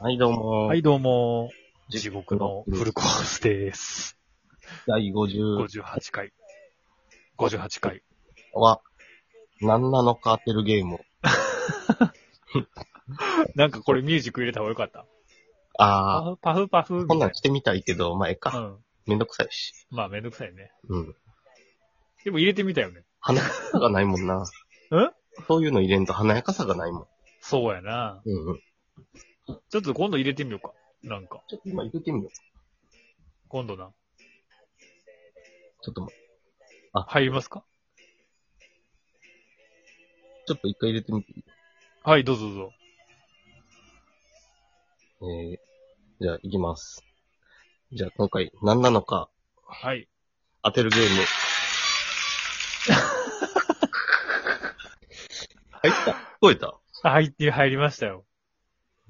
はい、どうも。はい、どうも。地地獄獄ののフルコースです。第50 58回。58回。は、何なのか当てるゲーム。 なんかこれミュージック入れた方がよかった。パあフパフパフー、みこんたないんしてみたいけど、まあ、ええな。か。うん。めんどくさいし。まあめんどくさいね。うん。でも入れてみたよね。華やかさがないもん な。んそういうの入れんと華やかさがないもん。そうやな。うんうん。ちょっと今度入れてみようか。なんか。ちょっと今入れてみよう。今度な。ちょっとも、入りますかちょっと一回入れてみていいはい、どうぞどうぞ。えー、じゃあ、いきます。じゃあ、今回、何なのかはい。当てる ゲーム。入った聞こえたあ入って、入りましたよ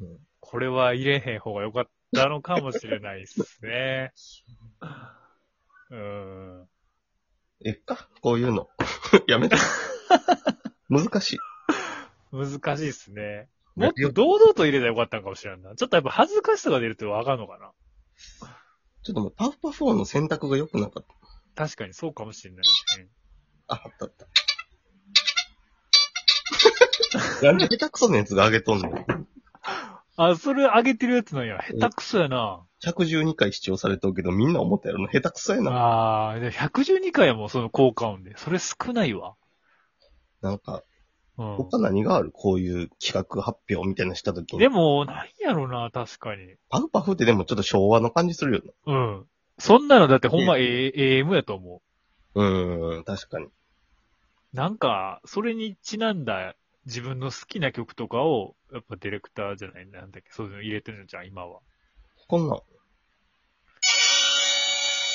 うん。これは入れへん方がよかったのかもしれないです ね。うん。えっかこういうの。 や めた。難しい。難しいっすね。ねもっと堂々と入れたらよかったんかもしれんな。ちょっとやっぱ恥ずかしさが出るとわかんのかな。ちょっともう、パフパフォーの選択が良くなかった。確かにそうかもしれない。うんあ、あったあった。なんで下手くそなやつが上げとんねん。 あ、それ上げてるやつなんや。下手くそやな。 112回視聴されとるけど、みんな思ったやろな。下手くそやな。ああ、で112回もその効果音で。それ少ないわ。なんか、うん。他何があるこういう企画発表みたいなのしたときでに。も、なんやろな、確かに。パフパフってでもちょっと昭和の感じするようん。そんなのだってほんま A- AM やと思な。うーん、確かに。う。なんか、それにちなんだ自分の好きな曲とかを、やっぱディレクターじゃない、なんだっけ、そういうの入れてるのじゃん、今は。こんなん。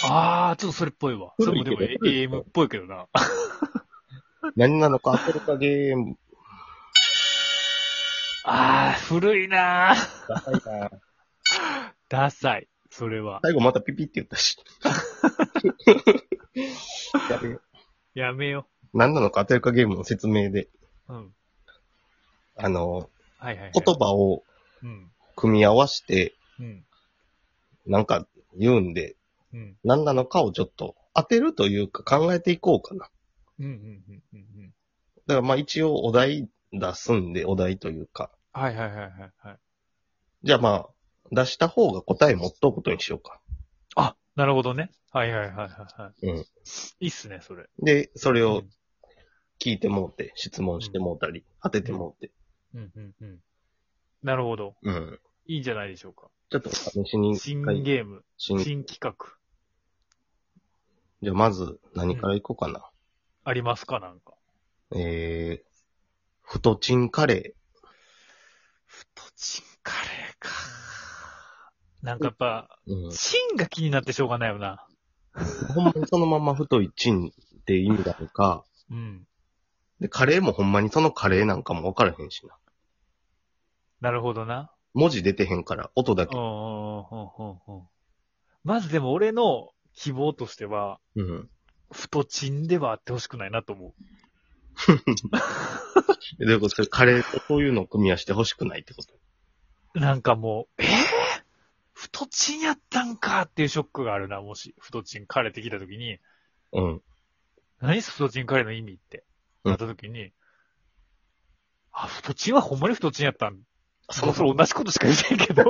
ああ、ちょっとそれっぽいわ。そ古れいもけでども AM っぽいけどな。何なのか当てるかゲーム。ああ、古いなー。ダサいなダサい。それは。最後またピピって言った し。 やべえやめよ何なのか当てるかゲームの説明で、う。うん。あの、はいはい、はい。言。葉をうん。組み合わせて、うん。なんか言うんで、うん。何なのかをちょっと当てるというか考えていこうかな。うん。うん。うん。うん。うん。だからまあ一応お題出すんで、お題というか。はいはいはいはい。はい。じゃあまあ、出した方が答え持っとうことにしようか。あ、なるほどね。はいはいはいはい。はいうんいいっすね、それ。で、それうをん聞いてもうて、質問してもうたり、当ててもうて。うん。うん。うん。なるほど。うん。いいんじゃないでしょうか。ちょっとお試しに。新はいゲーム、新新企画、じゃあまず何からいこうかな。ありますかなんか。えー、太チンカレとチンカレーか。なんかやっぱ、ー。うんチンが気になってしょうがないよな。ほんまにそのまま太いチンって意味なのか、うん。で、カレーもほんまにそのカレーなんかもわからへんしな。なるほどな。文字出てへんから、音だうけん。うんうんうんうんまずでも俺の希望としては、うん。太チンではあってほしくないなと思う。えどういうことそれカレーとそういうのを組み合わせて欲しくないってことなんかもう、えぇ、太チンやったんかっていうショックがあるな、もし、太チンカレーってきたときに、うん。何太チンカレーの意味って、うんなったときに、あ、太チンはほんまに太チンやったん。そろそろ同じことしか言えない けど、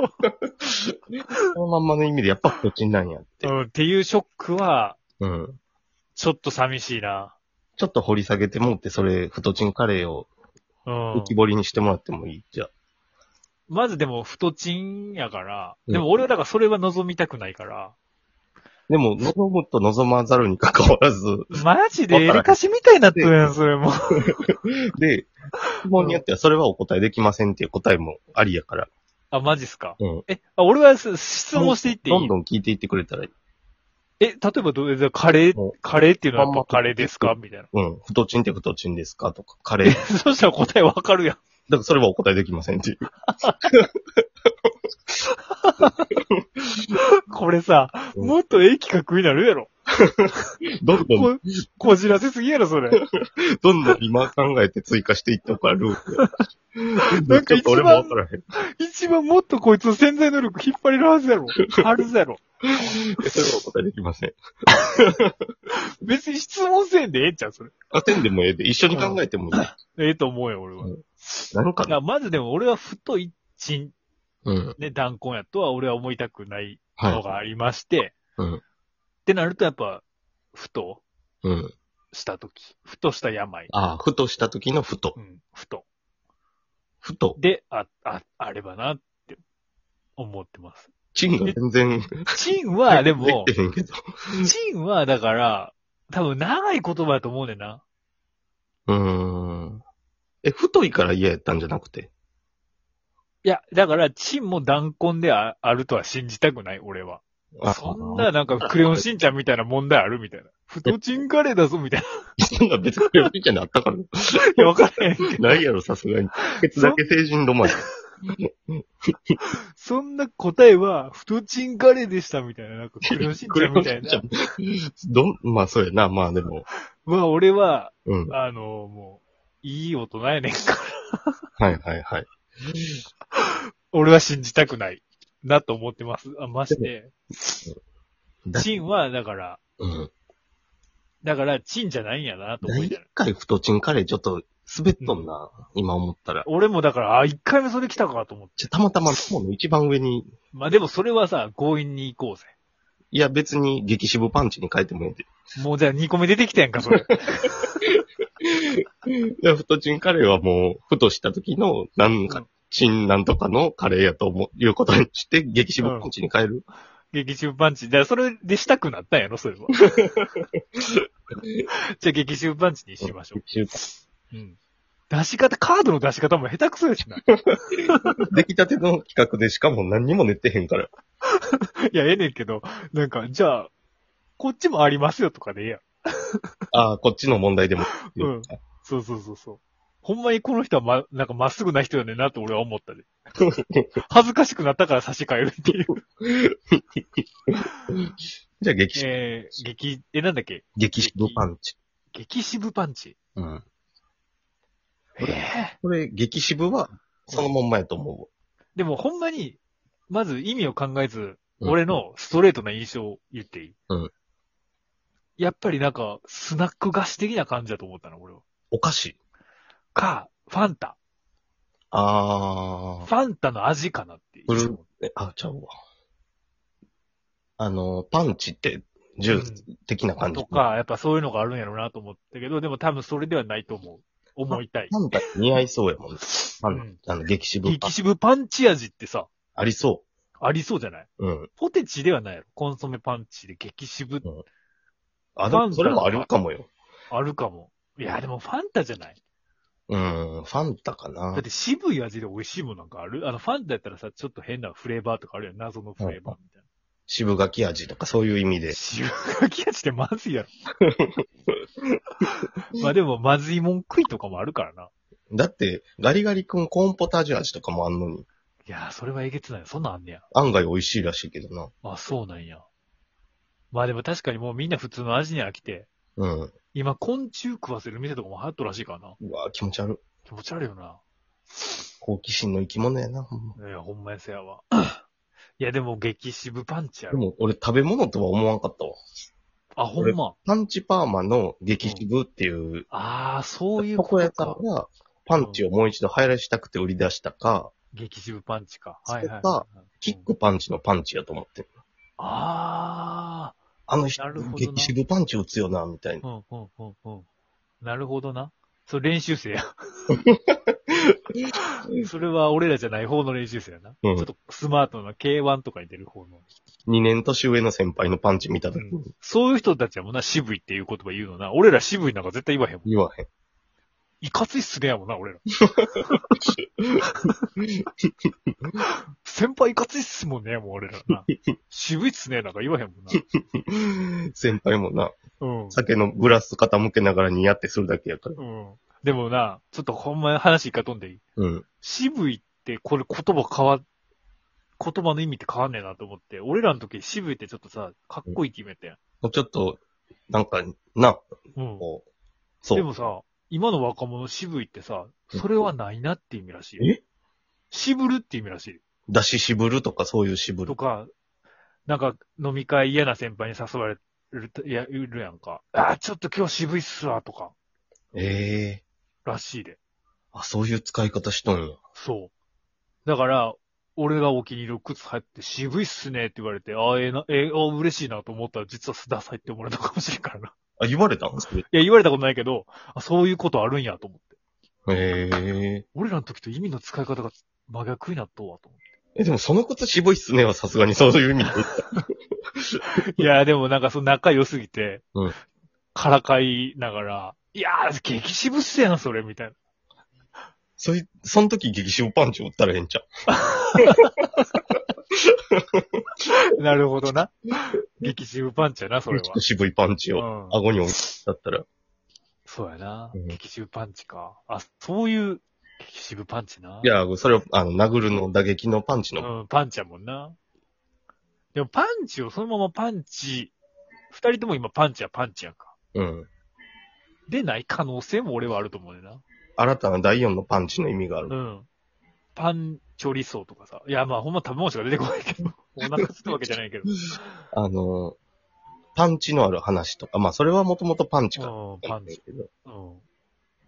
そのまんまの意味でやっぱ太チンなんやってう。ん、っていうショックは、うん。ちょっと寂しいな。ちょっと掘り下げてもって、それ、太チンカレーをうん。浮き彫りにしてもらってもいいじゃあ。まずでも、太チンやから、うんでも俺はだからそれは望みたくないから、でも、望むと望まざるに関わら ず、マジでエレカシみたいになってるやん、それも。 で、質問によってはそれはお答えできませんっていう答えもありやから。あ、マジっすか。うん。え、あ俺はす質問していっていどんいどん聞いていってくれたらいい。え、例えばどれだカレーも、カレーっていうのはやまっんまぱカレーですかみたいな。うん。太チンって太チンですかとか、カレー。だかそしたら答えわかるやん。 らそれはお答えできませんっていう。これさ、うんもっとええ企画になるやろ。どんどん、こ、こじらせすぎやろ、それ。どんどん今考えて追加していったから、ループなが。んちかょっ一と俺も番わ、からへん。一番もっとこいつの潜在能力引っ張れるは ずやろ。あるずやろ。えそれはお答えできません。別に質問せんでええんちゃう、それ。あ、せんでもええで、一緒に考えてもいい。ええと思うよ、俺は。うんなんかだかな。らまずでも俺は太い鎮、うん。ね、断根やとは俺は思いたくないのはがありまして、い。うん。ってなるとやっぱ、ふとうん。したとき、ふとした病、ああ、ふとした時のふとう。ん、ふと。ふと。で、あ、あ、あればなって思ってます。チンが全然、チン は、でもで、きてへんけど。チンはだから、多分長い言葉だと思うねんな。うーん。え、太いから嫌やったんじゃなくて。いや、だから、チンも断根でああるとは信じたくない、俺は。あそんな、なんか、クレヨンしんちゃんみたいな問題あるみたいな。太チンカレーだぞ、みたいな。そんな別にクレヨンしんちゃんにあったから。いや、わからへんけど。ないやろ、さすがに。ケツだけ成人ロマン。そんな答えは、太チンカレーでした、みたいな。なんか、 クレヨンしんちゃんみたいな。 クレヨンしんちゃんどん、まあそうやな、まあでも。まあ、俺は、うん。あの、もう、いい大人やねんから。はいはいはい。俺は信じたくない。なと思ってます。あまして、だチンは、だから、うん。だから、チンじゃないんやな、と思第いな一がら。回太チンカレーちょっと滑っとんな、今思ったら。俺もだから、あ、一回目それ来たかと思って。じゃ、たまたま、もうの一番上に、まあでもそれはさ、強引に行こうぜ。いや別に激渋パンチに変えてもいいで。もうじゃあ2個目出てきたやんか、そ れ。いや、太チンカレーはもう、ふとした時の、なんうかん、チンなんとかのカレーやと思う、いうことにして、激渋パンチに変える。劇中パンチ。じゃあそれでしたくなったんやろ、それ は。じゃあ劇中パンチにしましょ激渋う。うん。出し方、カードの出し方も下手くそやし な。い出来たての企画でしかも何にも寝てへんから。や、ええねんけど、なんか、じゃあ、こっちもありますよとかでええやん。ああ、こっちの問題でも。うんそうそうそうそう。ほんまにこの人はま、なんかまっすぐな人よねんなと俺は思ったで。 恥ずかしくなったから差し替えるっていう。じゃあ激渋、えー、激、え、なんだっけ激渋パンチ。激渋パンチ。うん。ええこれ、激渋は、そのまんまやと思でもほんまに、まず意味を考えず、うん俺のストレートな印象を言っていいうん。やっぱりなんか、スナック菓子的な感じだと思ったの、俺は。う。お菓子。か、ファンタ。フあァンタの味かなっていう。フルー、あ、ちゃうわ。あの、パンチって、ジュース的な感じ。とか、やっぱそういうのがあるんやろうなと思ったけど、でも多分それではないと思う。思いたい。パンタ似合いそうやもんね。パン、あの、激渋パン激渋パンチ味ってさ、ありそ。ありそうじゃないううん。ポテチではないやろ。コンソメパンチで激渋あ、でファンも、タそれもあるかもよ。あるかも。いや、でもファンタじゃないうん、ファンタかだっな。て渋い味で美味しいもんなんかあるあの、ファンタやったらさ、ちょっと変なフレーバーとかあるやん。謎のフレーバーみたい渋柿味とかそういう意味でな。。渋柿味ってまず いやろ。まあでも、まずいもん食いとかもあるからな。だって、ガリガリ君コーンポタージュ味とかもあんのに、いやー、それはえげつない。そんなんあんねや。案外美味しいらしいけどな。あ、そうなんや。まあでも確かにもうみんな普通の味に飽きて、うん。今昆虫食わせる店とかも流行っとるらしいからな。うわ気持ち悪い。気持ち悪いよな。好奇心の生き物やな、ほんま。いや、ほんまやせ やわ。いや、でも激渋パンチやでろ。も、俺食べ物とは思わんかったわ。あ、ほんま。パンチパーマの激渋っていう、ああ、そういうここことやさんか。が、パンチをもう一度流行らしたくて売り出したか、激渋パンチか。はいはいそこかはいはい。キックパンチのパンチやと思ってる。ああの人なるほど、な激渋パンチ打つよな、みたいあ、うな。んうんうんうん。なるほどな。それ練習生 や。それは俺らじゃない方の練習生やな。うんちょっとスマートな K1 とかに出る方の。 2年年上の先輩のパンチ見た時に、そういう人たちやもんな、渋いっていう言葉言うのな。俺ら渋いなんか絶対言わへんもん。言わへん。いかついっすねやもんな、俺ら。先輩いかついっすもんね、もう俺らな。渋いっすね、なんか言わへんもんな。先輩もな、うん。酒のグラス傾けながらにやってするだけやから。うん。でもな、ちょっとほんまに話一回飛んでいいうん。渋いって、これ言葉変わ、言葉の意味って変わんねえなと思って、俺らの時渋いってちょっとさ、かっこいいって意味やったやん。もうちょっと、なんか、な、うん。こう、そでう。もさ、今の若者渋いってさ、それはないなって意味らしい。え渋るって意味らしい。出し渋るとかそういう渋とる。か、なんか飲み会嫌な先輩に誘われると、いや、いるやんか。あー、ちょっと今日渋いっすわ、とか、ええらしいで。あ、そういう使い方しとんや。そう。だから、俺がお気に入りの靴入って渋いっすねって言われて、ああ、ええな、ええ、ああ、嬉しいなと思ったら、実は須田さんって思われたかもしれんから な。あ、言われたんそれ。いや、言われたことないけど、あそういうことあるんやと思って。ええ俺らの時と意味の使い方が真逆になっとうわと思え、でもその靴渋いっすねはさすがにそういう意味で。って。いや、でもなんかその仲良すぎて、うんからかいながら、いやー、激渋っすやん、それ、みたいな。そい、その時激渋パンチ打ったらええんちゃうなるほどな。激渋パンチやな、それちょっはと。渋いパンチをうん、顎に置いだったら。そうやな。うん激渋パンチか。あ、そういう激渋パンチな。いや、それを、あの、殴るの打撃のパンチの。うん、パンチやもんな。でもパンチをそのままパンチ、二人とも今パンチやパンチやんか。うん。でない可能性も俺はあると思うねんな。新たな第4のパンチの意味がある。うん。パンチョリソーとかさ。いや、まあほんま食べ物しか出てこないけど。 お腹すくわけじゃないけど。あの、パンチのある話とか、まあ、それはもともとパンチか。うん、パンチ。けど。うん。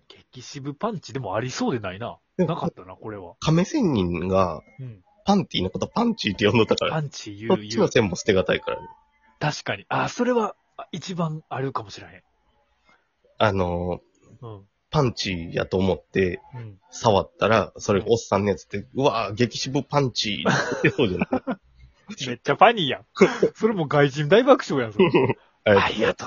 激渋パンチでもありそうでないな。でなかもっ、たな、これは。亀仙人が、うん。パンティのことパンチーって呼んどったから、パンチ言こうっち言のう。線も捨てがたいからね。確かに。あ、それはあ一番あるかもしれへん。あの、うん。パンチやと思って、 うん。触ったら、それ、おっさんのやつって、うわぁ、激渋パンチーってそうじゃない。 めっちゃファニーやん。それも外人大爆笑やん、それ。あれありがとうございます。